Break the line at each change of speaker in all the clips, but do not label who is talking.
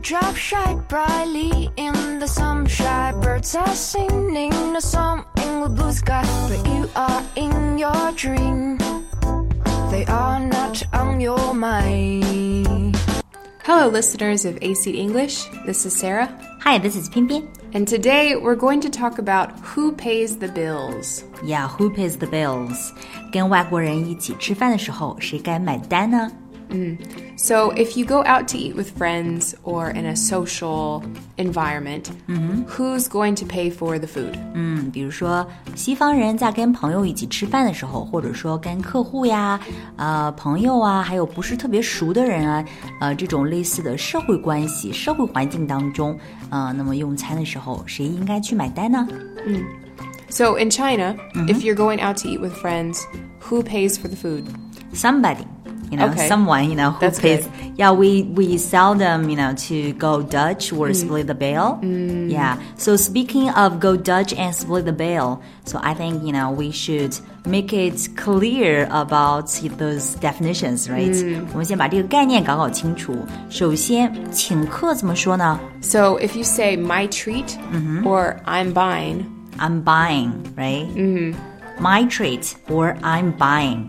drop shine brightly in the sunshine. Birds are singing a song in the blue sky, but you are in your dream. They are not on your mind.
Hello, listeners of AC English. This is Sarah,
Hi, this is 偏偏。
and today we're going to talk about who pays the bills.
Yeah, who pays the bills？跟外国人一起吃饭的时候，谁该买单呢？
So, if you go out to eat with friends or in a social environment, who's going to pay for the food?
嗯，比如说西方人在跟朋友一起吃饭的时候，或者说跟客户呀、呃朋友啊，还有不是特别熟的人啊，呃这种类似的社会关系、社会环境当中，呃，那么用餐的时候，谁应该去买单呢？
So, in China, if you're going out to eat with friends, who pays for the food?
somebody you know
Okay.
someone you know who
That's
pays
good.
yeah we we seldom you know to go dutch or
Mm.
split the bill yeah so speaking of go dutch and split the bill so i think you know we should make it clear about those definitions right
Mm.
我们先把这个概念搞搞清楚。首先，请客怎么说呢？
So, if you say my treat or I'm buying,
I'm buying, right?
Mm-hmm.
My treat or I'm buying.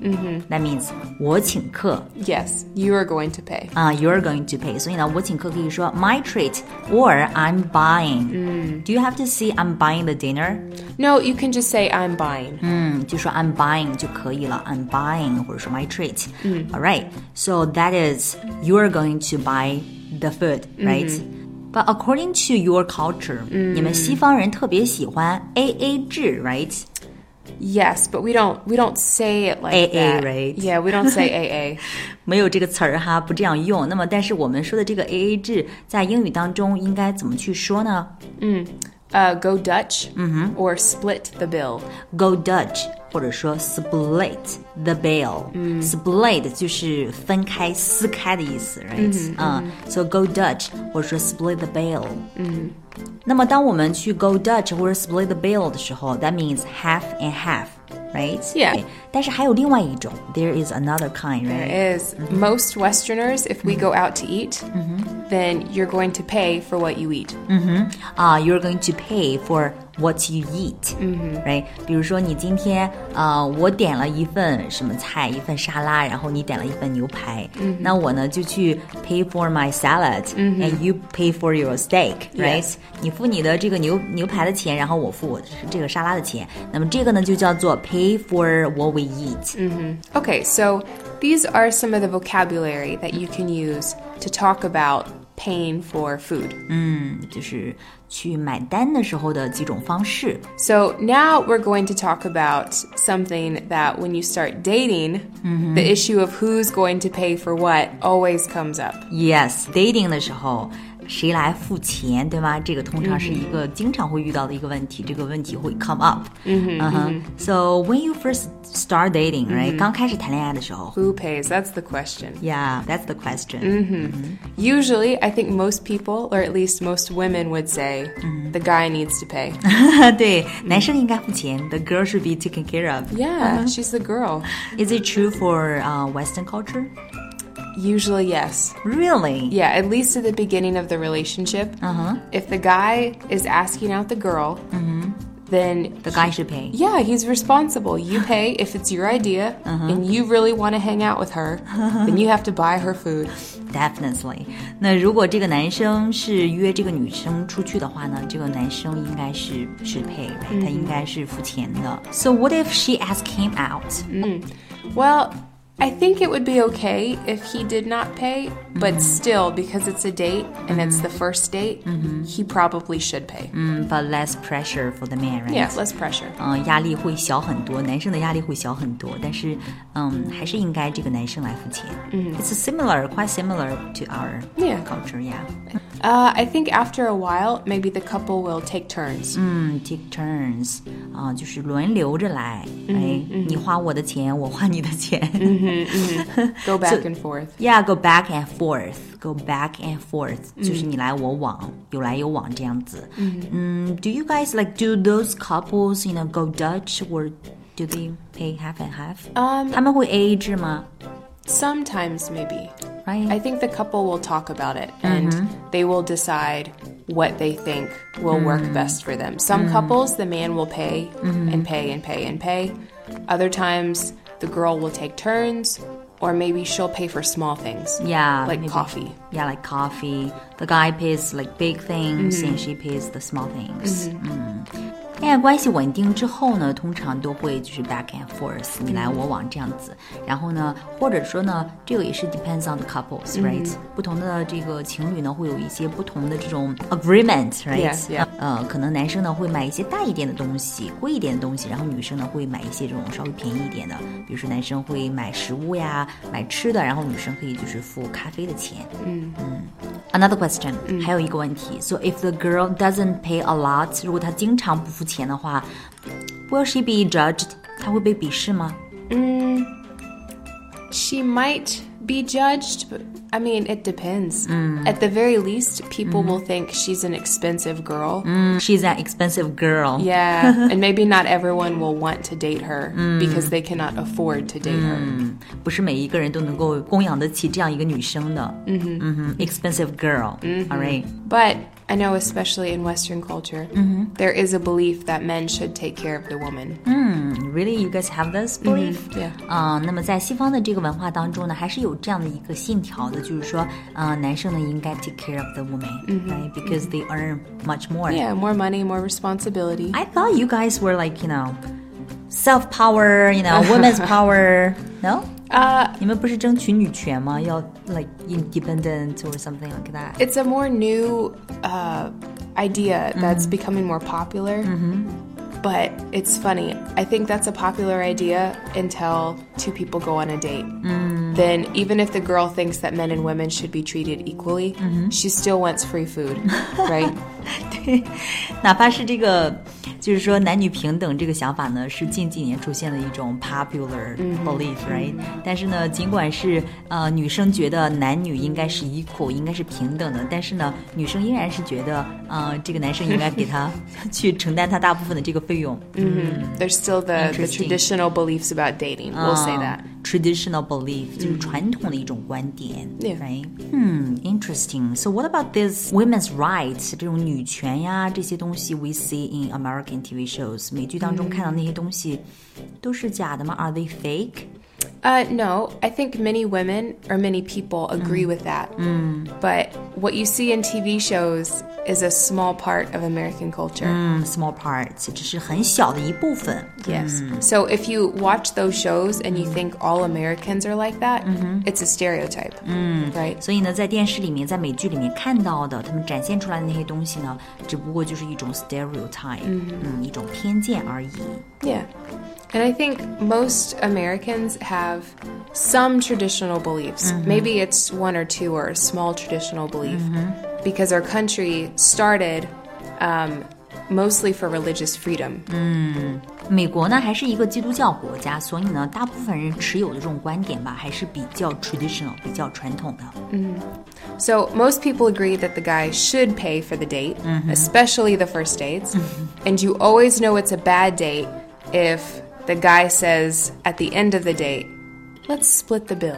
That means 我请客。
yes, you are going to pay.
啊、y o u r e going to pay。所以呢，我请客可以说 my treat or I'm buying。嗯，Do you have to say I'm buying the dinner？
No, you can just say I'm buying.
嗯，就说 I'm buying 就可以了，I'm buying 或者说 my treat。嗯，All right，so that is you are going to buy the food, right？、But according to your culture，、你们西方人特别喜欢 A A 制，right？
Yes, but we don't we don't say it like
AA,
that.
right?
Yeah, we don't say AA.
没有这个词儿哈，不这样用。那么，但是我们说的这个 A A 制在英语当中应该怎么去说呢？
Uh, go Dutch or split the bill.
go Dutch，或者说 split the bill。split 就是分开、撕开的意思，right？嗯，so go Dutch 或者说 split the bill。嗯，那么当我们去 go Dutch 或者 split the bill 的时候，that means half and half。Right?
Yeah.
但是还有另外一种，there is another kind, right?
There is most Westerners, if we go out to eat, then you're going to pay for what you eat.
啊、y o u r e going to pay for what you eat，嗯、right？比如说你今天呃，我点了一份什么菜，一份沙拉，然后你点了一份牛排，那我呢就去 pay for my salad，嗯、and you pay for your steak，right？、
Yes
你付你的这个牛牛排的钱，然后我付我的这个沙拉的钱，那么这个呢就叫做 pay for what we eat，嗯
Okay, so these are some of the vocabulary that you can use to talk about paying for food.
就是去买单的时候的几种方式。
So now we're going to talk about something that when you start dating, the issue of who's going to pay for what always comes up.
Yes, dating 的时候，谁来付钱，对吗？这个通常是一个经常会遇到的一个问题，这个问题会 come up。嗯哼，So when you first start dating, right？刚开始谈恋爱的时候
Who pays? That's the question.
，Yeah, that's the question.
Usually, I think most people, or at least most women, would say the guy needs to pay.
对，男生应该付钱，the girl should be taken care of.
Yeah, she's the girl.
Is it true for uh, Western culture?
Usually, yes.
Really?
Yeah, at least at the beginning of the relationship. Uh-huh. If the guy is asking out the girl, then
The guy should pay.
yeah, he's responsible. You pay if it's your idea and you really want to hang out with her, then you have to buy her food.
Definitely. 那如果这个男生是约这个女生出去的话呢，这个男生应该是是 pay，、他应该是付钱的。So what if she asked him out？、
Well, I think it would be okay if he did not pay, but still, because it's a date and it's the first date, he probably should pay.
嗯 But less pressure for the man, right?
Yeah, less pressure.
嗯、压力会小很多，男生的压力会小很多，但是，嗯，还是应该这个男生来付钱。嗯，It's similar, quite similar to our
Yeah.
culture, yeah.
Uh, I think after a while, maybe the couple will take turns.
嗯，take turns，啊、就是轮流着来，哎，你花我的钱，我花你的钱。
Go back and forth.
Yeah, go back and forth. Go back and forth. 就是你来我往，有来有往这样子。嗯 do you guys like do those couples, you know, go Dutch or do they pay half and half?
Um,
他们会 AA 制吗？
Sometimes maybe.
right?
I think the couple will talk about it and
Mm-hmm.
they will decide what they think will work
Mm.
best for them. Some couples, the man will pay
Mm-hmm.
and pay and pay and pay. Other times, the girl will take turns or maybe she'll pay for small things.
Yeah,
Like
maybe.
coffee.
Yeah, like coffee. The guy pays like big things,
Mm-hmm.
and she pays the small things. 嗯恋爱关系稳定之后呢，通常都会就是 back and forth，你
嗯
来我往这样子。然后呢，或者说呢，这个也是 depends on the
嗯
couples，right？、不同的这个情侣呢，会有一些不同的这种 agreement，right？
Yes, yeah.
呃，可能男生呢会买一些大一点的东西，贵一点的东西，然后女生呢会买一些这种稍微便宜一点的，比如说男生会买食物呀，买吃的，然后女生可以就是付咖啡的钱。Another question，、还有一个问题，So if the girl doesn't pay a lot，如果她经常不付钱的话，will she be judged？她会被鄙视吗？
She might be judged, but I mean, it depends.
Mm.
At the very least, people
Mm-hmm.
will think she's an expensive girl.
嗯，She's an expensive girl。
Yeah, and maybe not everyone will want to date her
Mm.
because they cannot afford to date her.
不是每一个人都能够供养得起这样一个女生的。嗯哼，嗯哼，expensive girl。嗯，all right。
But I know, especially in Western culture, there is a belief that men should take care of the woman.
Really, you guys have this belief?
对
嗯、那么在西方的这个文化当中呢，还是有这样的一个信条的，就是说，呃，男生呢应该 take care of the woman，right?、Because they earn much more.
Yeah, more money, more responsibility.
I thought you guys were like, you know, self power, you know, women's power. No?
Uh,
你们不是争取女权吗？要 like independent or something like that.
it's a more new uh, idea that's becoming more popular. But it's funny. I think that's a popular idea until two people go on a date. Then, even if the girl thinks that men and women should be treated equally, she still wants free food, right?
哪怕是这个，就是说男女平等这个想法呢，是近几年出现的一种 popular belief，right？、但是呢，尽管是呃女生觉得男女应该是 equal，应该是平等的，但是呢，女生依然是觉得，呃，这个男生应该给他 去承担他大部分的这个费用。
There's still the, the
Interesting. Ah.
traditional beliefs about dating. We'll say that.
Um,
Mm.
traditional belief，、就是传统的一种观点
Yeah.
right？嗯，interesting. So what about this women's rights 这种女权呀这些东西？We see in American TV shows，美剧当中看到那些东西都是假的吗？Are they fake？
Uh, no, I think many women or many people agree with that. But what you see in TV shows is a small part of American culture.
嗯，small Hmm, parts，只是很小的一部分。
Yes. So if you watch those shows and you think all Americans are like that, it's a stereotype, right?
所以呢，在电视里面，在美剧里面看到的，他们展现出来的那些东西呢，只不过就是一种 stereotype，嗯，一种偏见而已。
Yeah. And I think most Americans have some traditional beliefs. Maybe it's one or two or a small traditional belief because our country started um, mostly for religious freedom.
美国呢还是一个基督教国家，所以呢，大部分人持有的这种观点吧，还是比较 traditional，比较传统的。
So most people agree that the guy should pay for the date, especially the first dates. And you always know it's a bad date if the guy says at the end of the date, "Let's split the bill."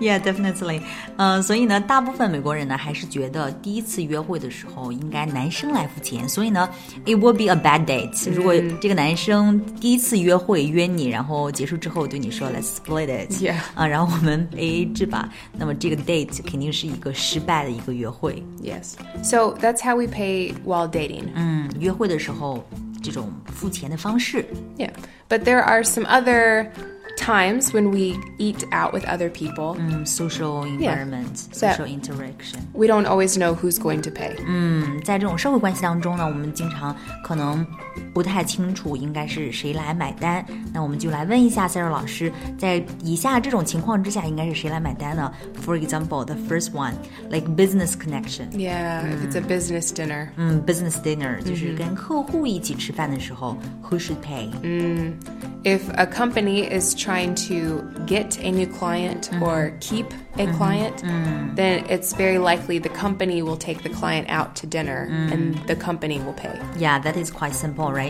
Yeah, definitely。呃，所以呢，大部分美国人呢还是觉得第一次约会的时候应该男生来付钱，所以呢，it will be a bad date。如果这个男生第一次约会约你，然后结束之后对你说 Let's split it，
Yeah
啊，然后我们 A A 制吧，那么这个 date 肯定是一个失败的一个约会。
yes. So that's how we pay while dating.
嗯，约会的时候这种付钱的方式。
Yeah. But there are some other times when we eat out with other people.
Mm. social environment, social interaction。
We don't always know who's going to pay.
在这种社会关系当中呢，我们经常可能不太清楚应该是谁来买单。那我们就来问一下 Sarah 老师，在以下这种情况之下，应该是谁来买单呢？For example, the first one, like business connection，
Yeah, if it's a business dinner.
嗯，business dinner 就是跟客户一起吃饭的时候，who should pay？
If a company is trying to get a new client or keep a client, then it's very likely the company will take the client out to dinner and the company will pay.
Yeah, that is quite simple, right?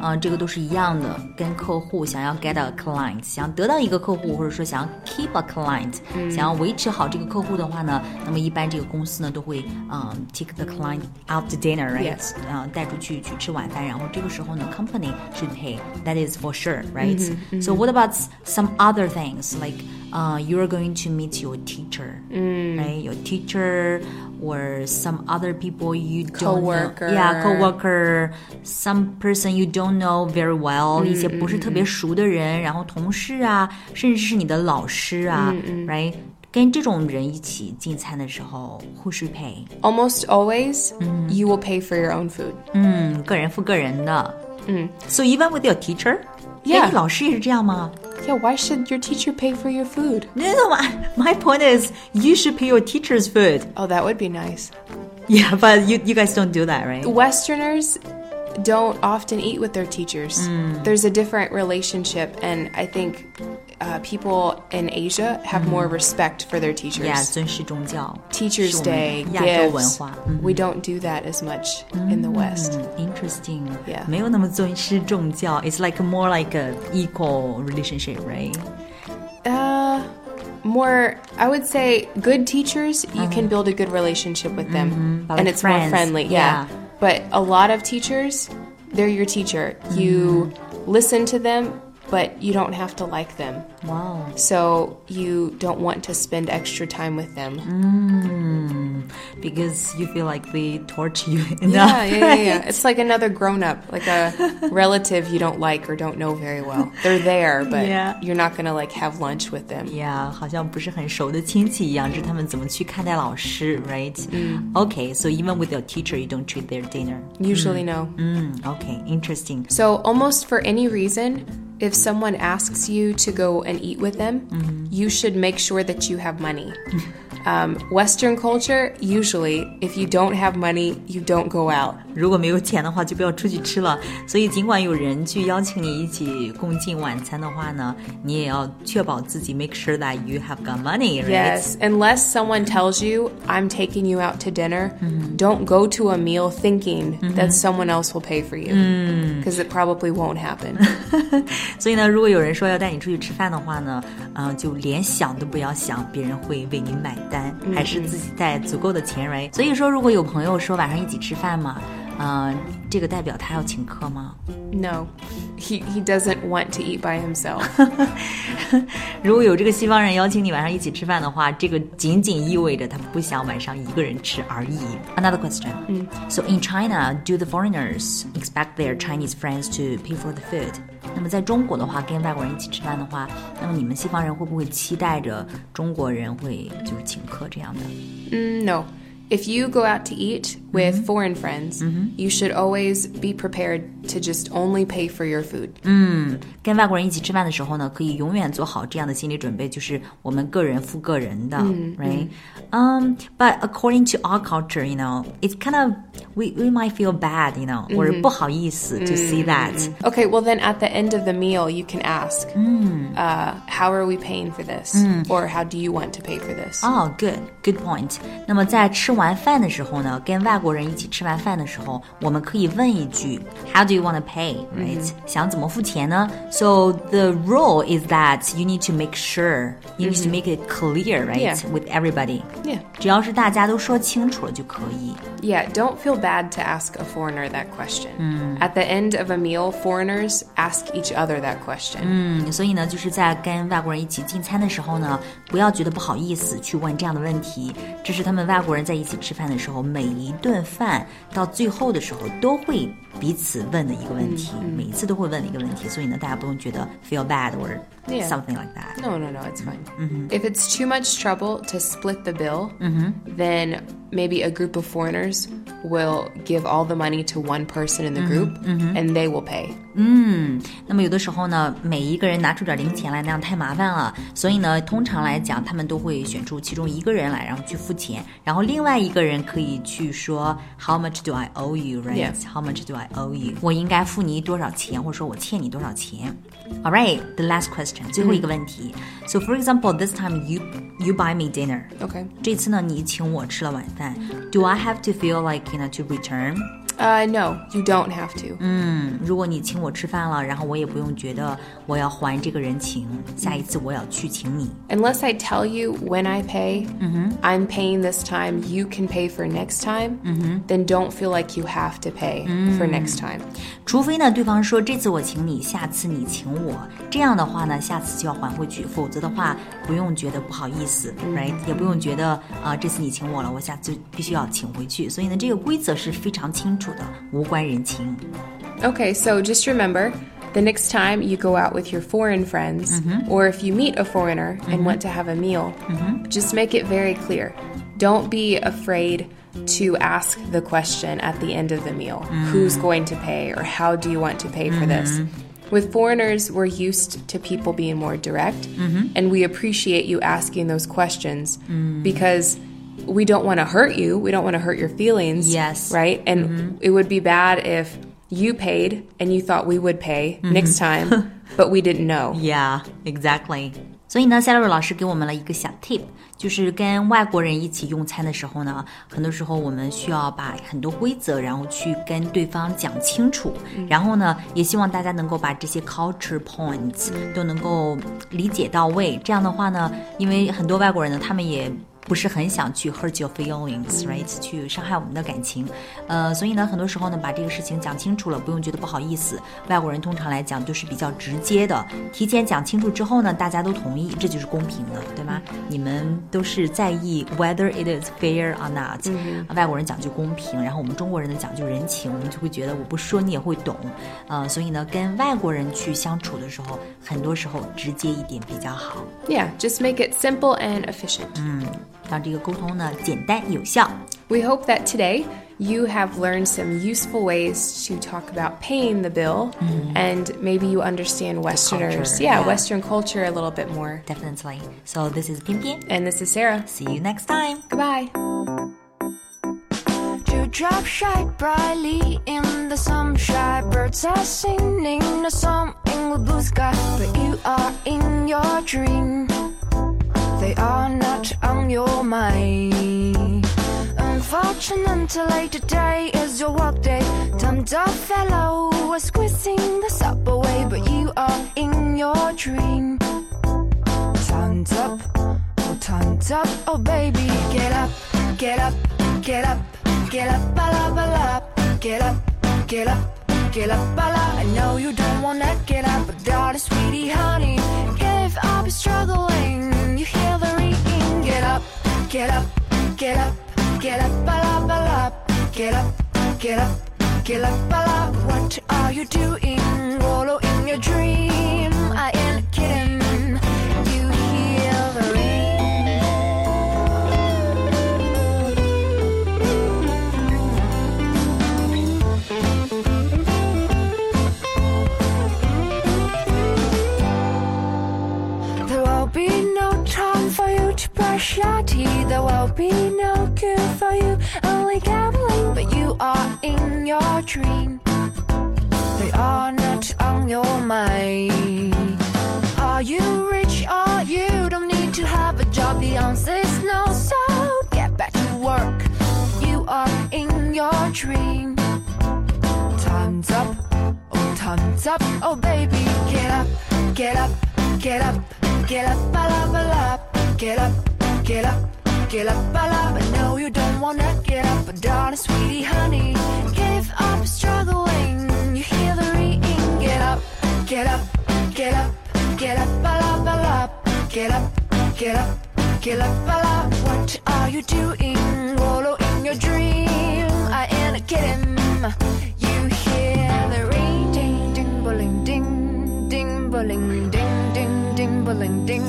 嗯、这个都是一样的，跟客户想要 get a client，想得到一个客户，或者说想要 keep a client，、想要维持好这个客户的话呢，那么一般这个公司呢都会嗯、take the client out to dinner，right？
Yes.
然后带出去去吃晚饭，然后这个时候呢，company should pay，that is for sure，right？、So what about some other things like？Uh, you're going to meet your teacher, right? Your teacher or some other people you don't
Coworker.
know. Yeah, coworker, some person you don't know very well，、一
Mm,
些不是特别熟的人，然后同事啊，甚至是你的老师啊、r
Mm,
i g h t 跟这种人一起进餐的时候，who should pay？
Almost always, you will pay for your own food.
嗯，个人付个人的。嗯，So even with your teacher，
Mm. Yeah.
跟你老师也是这样吗
Yeah, why should your teacher pay for your food?
No, no, no. My point is, you should pay your teacher's food.
Oh, that would be nice.
Yeah, but you you guys don't do that, right?
Westerners don't often eat with their teachers. There's a different relationship, and I think uh, people in Asia have more respect for their teachers.
呀，尊师重教
Teachers
是我们
Day,
亚洲
gifts.
文化。Mm-hmm.
We don't do that as much in the West.
嗯，interesting，
Yeah.
没有那么尊师重教，it's like more like a equal relationship, right?
Uh, more, I would say, good teachers, you can build a good relationship with them,
but
and
Uh-huh. Mm-hmm. like
it's more
friends,
friendly.
yeah.
But a lot of teachers, they're your teacher. You
Mm-hmm.
listen to them, but you don't have to like them.
Wow.
so you don't want to spend extra time with them.
Because you feel like they torture you enough.
Yeah, yeah, yeah, yeah.
right?
It's like another grown up, like a relative you don't like or don't know very well. They're there, but
Yeah.
you're not gonna like have lunch with them.
Yeah，好像不是很熟的亲戚一样，这是他们怎么去看待老师，right？嗯，OK，so、even
Mm.
with your teacher, you don't treat their dinner. Mm,
Usually, no.
嗯，OK，interesting、
So almost for any reason, if someone asks you to go and eat with them,
Mm-hmm.
you should make sure that you have money. Um, Western culture, usually, if you don't have money, you don't go out.
如果没有钱的话，就不要出去吃了。所以，尽管有人去邀请你一起共进晚餐的话呢，你也要确保自己 make sure that you have got money, right?
Yes, unless someone tells you, I'm taking you out to dinner, don't go to a meal thinking that someone else will pay for you. Because it probably won't happen.
所以呢，如果有人说要带你出去吃饭的话呢，嗯、就连想都不要想，别人会为你买单，还是自己带足够的钱来。所以说，如果有朋友说晚上一起吃饭嘛，嗯、这个代表他要请客吗？
no, he, he doesn't want to eat by himself.
如果有这个西方人邀请你晚上一起吃饭的话，这个仅仅意味着他不想晚上一个人吃而已。Another question. So in China, do the foreigners expect their Chinese friends to pay for the food? 那么在中国的话，跟外国人一起吃饭的话，那么你们西方人会不会期待着中国人会就是请客这样的？
no. If you go out to eat with foreign friends, you should always be prepared to just only pay for your food.
跟外国人一起吃饭的时候呢，可以永远做好这样的心理准备，就是我们个人付个人的、r i g h t Um, but according to our culture, you know, it's kind of we we might feel bad, you know, or 不好意思 to see that.
Okay, well, then at the end of the meal, you can ask, uh, How are we paying for this? Or how do you want to pay for this?
哦、g o o d Oh, good point。那么在吃完饭的时候呢，跟外国人一起吃完饭的时候，我们可以问一句 How do you want to pay? Right？、想怎么付钱呢？So the rule is that you need to make sure you need to make it clear, right?
Yeah.
With everybody.
Yeah.
只要是大家都说清楚了就可以。
Yeah, don't feel bad to ask a foreigner that question. At the end of a meal, foreigners ask each other that question.
嗯，所以呢，就是在跟外国人一起进餐的时候呢，不要觉得不好意思去问这样的问题。这是他们外国人在一起吃饭的时候，每一顿饭到最后的时候都会彼此问的一个问题，每一次都会问的一个问题。所以呢，大家不用觉得 feel bad or
Yeah.
something like that。
No, no, no, it's fine. If it's too much trouble to split the bill, then maybe a group of foreigners will give all the money to one person in the group and they will pay.
那么有的时候呢，每一个人拿出点零钱来，那样太麻烦了。所以呢，通常来讲，他们都会选出其中一个人来，然后去付钱，然后另外一个人可以去说 How much do I owe you, right?
Yeah.
How much do I owe you? 我应该付你多少钱，或者说我欠你多少钱？All right, the last question，最后一个问题。So for example, this time you you buy me dinner.
Mm-hmm. Okay.
这次呢，你请我吃了晚饭。Do I have to feel like you know to return？
Uh, no, you don't have to.
如果你请我吃饭了，然后我也不用觉得我要还这个人情，下一次我要去请你。
Unless I tell you when I pay, I'm paying this time, you can pay for next time, then don't feel like you have to pay for next time.
除非呢，对方说这次我请你，下次你请我，这样的话呢，下次就要还回去，否则的话不用觉得不好意思、r i g h t 也不用觉得啊、呃这次你请我了，我下次就必须要请回去。所以呢，这个规则是非常清楚的，无关人情。
Okay, so just remember the next time you go out with your foreign friends, or if you meet a foreigner and want to have a meal, just make it very clear. Don't be afraid to ask the question at the end of the meal who's going to pay, or how do you want to pay for this? With foreigners, we're used to people being more direct, and we appreciate you asking those questions because we don't want to hurt you. We don't want to hurt your feelings.
Yes.
Right? right? And it would be bad if you paid and you thought we would pay next time, but we didn't know.
Yeah, exactly. 所以呢，Sally 老师给我们了一个小 tip，就是跟外国人一起用餐的时候呢，很多时候我们需要把很多规则，然后去跟对方讲清楚。然后呢，也希望大家能够把这些 culture points 都能够理解到位。这样的话呢，因为很多外国人呢，他们也不是很想去 hurt your feelings，right？去伤害我们的感情，呃，所以呢，很多时候呢，把这个事情讲清楚了，不用觉得不好意思。外国人通常来讲都是比较直接的，提前讲清楚之后呢，大家都同意，这就是公平的，对吗？你们都是在意 whether it is fair or not，、外国人讲究公平，然后我们中国人呢讲究人情，我们就会觉得我不说你也会懂，呃，所以呢，跟外国人去相处的时候，很多时候直接一点比较好。
Yeah, just make it simple and efficient.
让这个沟通呢简单有效。
We hope that today you have learned some useful ways to talk about paying the bill and maybe you understand Westerners. yeah,
yeah.
Western culture a little bit more.
Definitely. So this is 偏偏。
And this is Sarah.
See you next time.
Goodbye.
Dewdrop shine brightly in the sunshine. Birds are singing a song in the blue sky. But you are in your dream. They are not on your mind. Unfortunately, today is your work day. Timed up fellow was squeezing the subway. But you are in your dream. Time's up, oh time's up, oh baby, get up, get up, get up, get up, bala bala, get up, get up, get up, bala. I know you don't wanna get up, but darling, sweetie, honey, give up struggling. You hear the ringing, get up, get up, get up, get up, bala bala, get up, get up, get up, bala. What are you doing? Wallow in your dream. I ain't kidding. You hear the ring. There will be no time for you to brush your teeth. There will be no cure for you, only gambling. But you are in your dream. They are not on your mind. Are you rich? Are you don't need to have a job? The answer is no. So get back to work. You are in your dream. Time's up, oh time's up, oh baby, get up, get up, get up, get up, bala bala, get up, get up, get up, bala. But no, you don't wanna get up, but darling, sweetie, honey, give up struggling. You hear the ringing, get up, get up, get up, get up, bala bala, get up, get up, get up, bala. What are you doing? Wallow in your dream. I ain't kidding. You hear the ring, ding, ding, bowling, ding, ding, bowling, ding, ding, ding, bowling, ding,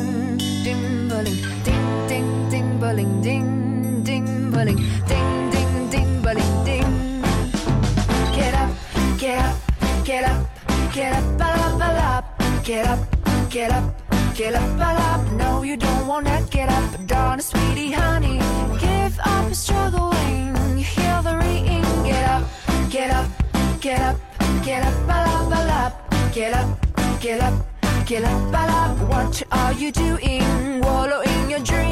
ding, bowling, ding, ding, ding, bowling, ding, ding, bowling, ding, ding, ding, bowling, ding. Get up, get up, get up, get up, bala, bala, get up, get up, get up, bala. No, you don't wanna get up, but darling, sweetie, honey, give up struggling. You hear the ringing. Get up, get up, get up, get up, bala, bala, get up, get up, get up, bala. What are you doing? Wallow in your dream.